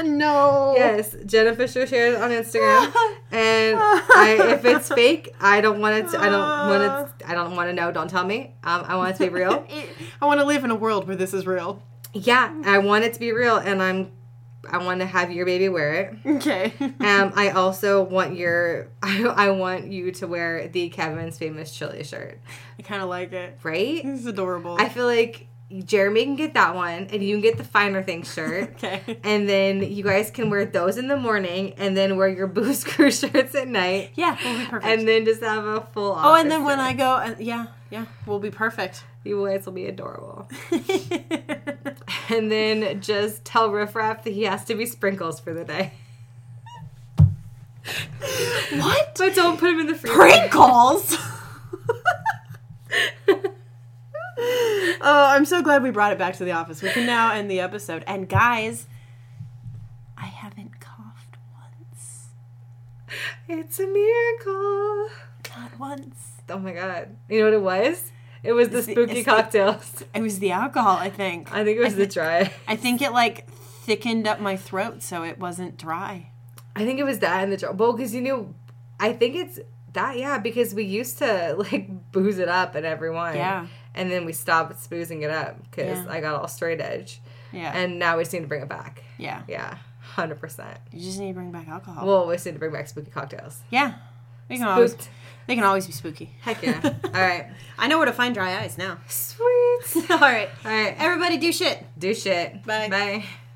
no.
Yes, Jenna Fisher shared it on Instagram, and I, if it's fake, I don't want it. To, I don't want it. I don't want to know. Don't tell me. Um, I want it to be
(laughs)
real.
It- I want to live in a world where this is real.
Yeah, I want it to be real, and I'm. I want to have your baby wear it.
Okay.
Um, I also want your. (laughs) I, I want you to wear the Kevin's famous chili shirt,
I kind of like it.
right?
This is adorable.
I feel like Jeremy can get that one, and you can get the finer things shirt.
(laughs) Okay.
And then you guys can wear those in the morning, and then wear your (laughs) booze crew shirts at night.
Yeah, we'll be perfect.
And then just have a full.
oh, and then
office
when
day.
I go, uh, yeah, yeah, we'll be (laughs) perfect.
you guys will be adorable.
okay.
And then just tell Riff Raff that he has to be sprinkles for the day. (laughs)
What?
But don't put him in the freezer.
(laughs) Pringles. oh, I'm so glad we brought it back to the office. We can now end the episode. And guys, I haven't coughed once.
(laughs) It's a miracle.
Not once.
Oh my god. You know what it was? It was the
It's the-
spooky
it's the-
cocktails. (laughs)
It was the alcohol, I think.
I think it
(laughs)
was the dry.
I think it like thickened up my throat so it wasn't dry.
I think it was that and the dry. Well, because you knew, I think it's that, yeah, because we used to (laughs) like booze it up and everyone.
Yeah.
And then we stopped boozing it up because
Yeah.
I got all straight edge.
Yeah.
And now we just need to bring it back.
yeah.
Yeah, 100%.
You just need to bring back alcohol.
Well, we just need to bring back spooky cocktails.
yeah. They can always
Spooked.
they can always be spooky. (laughs)
Heck yeah. all right.
I know where to find dry eyes now. (laughs)
Sweet.
All right.
All right.
Everybody do shit.
Do shit.
Bye.
Bye.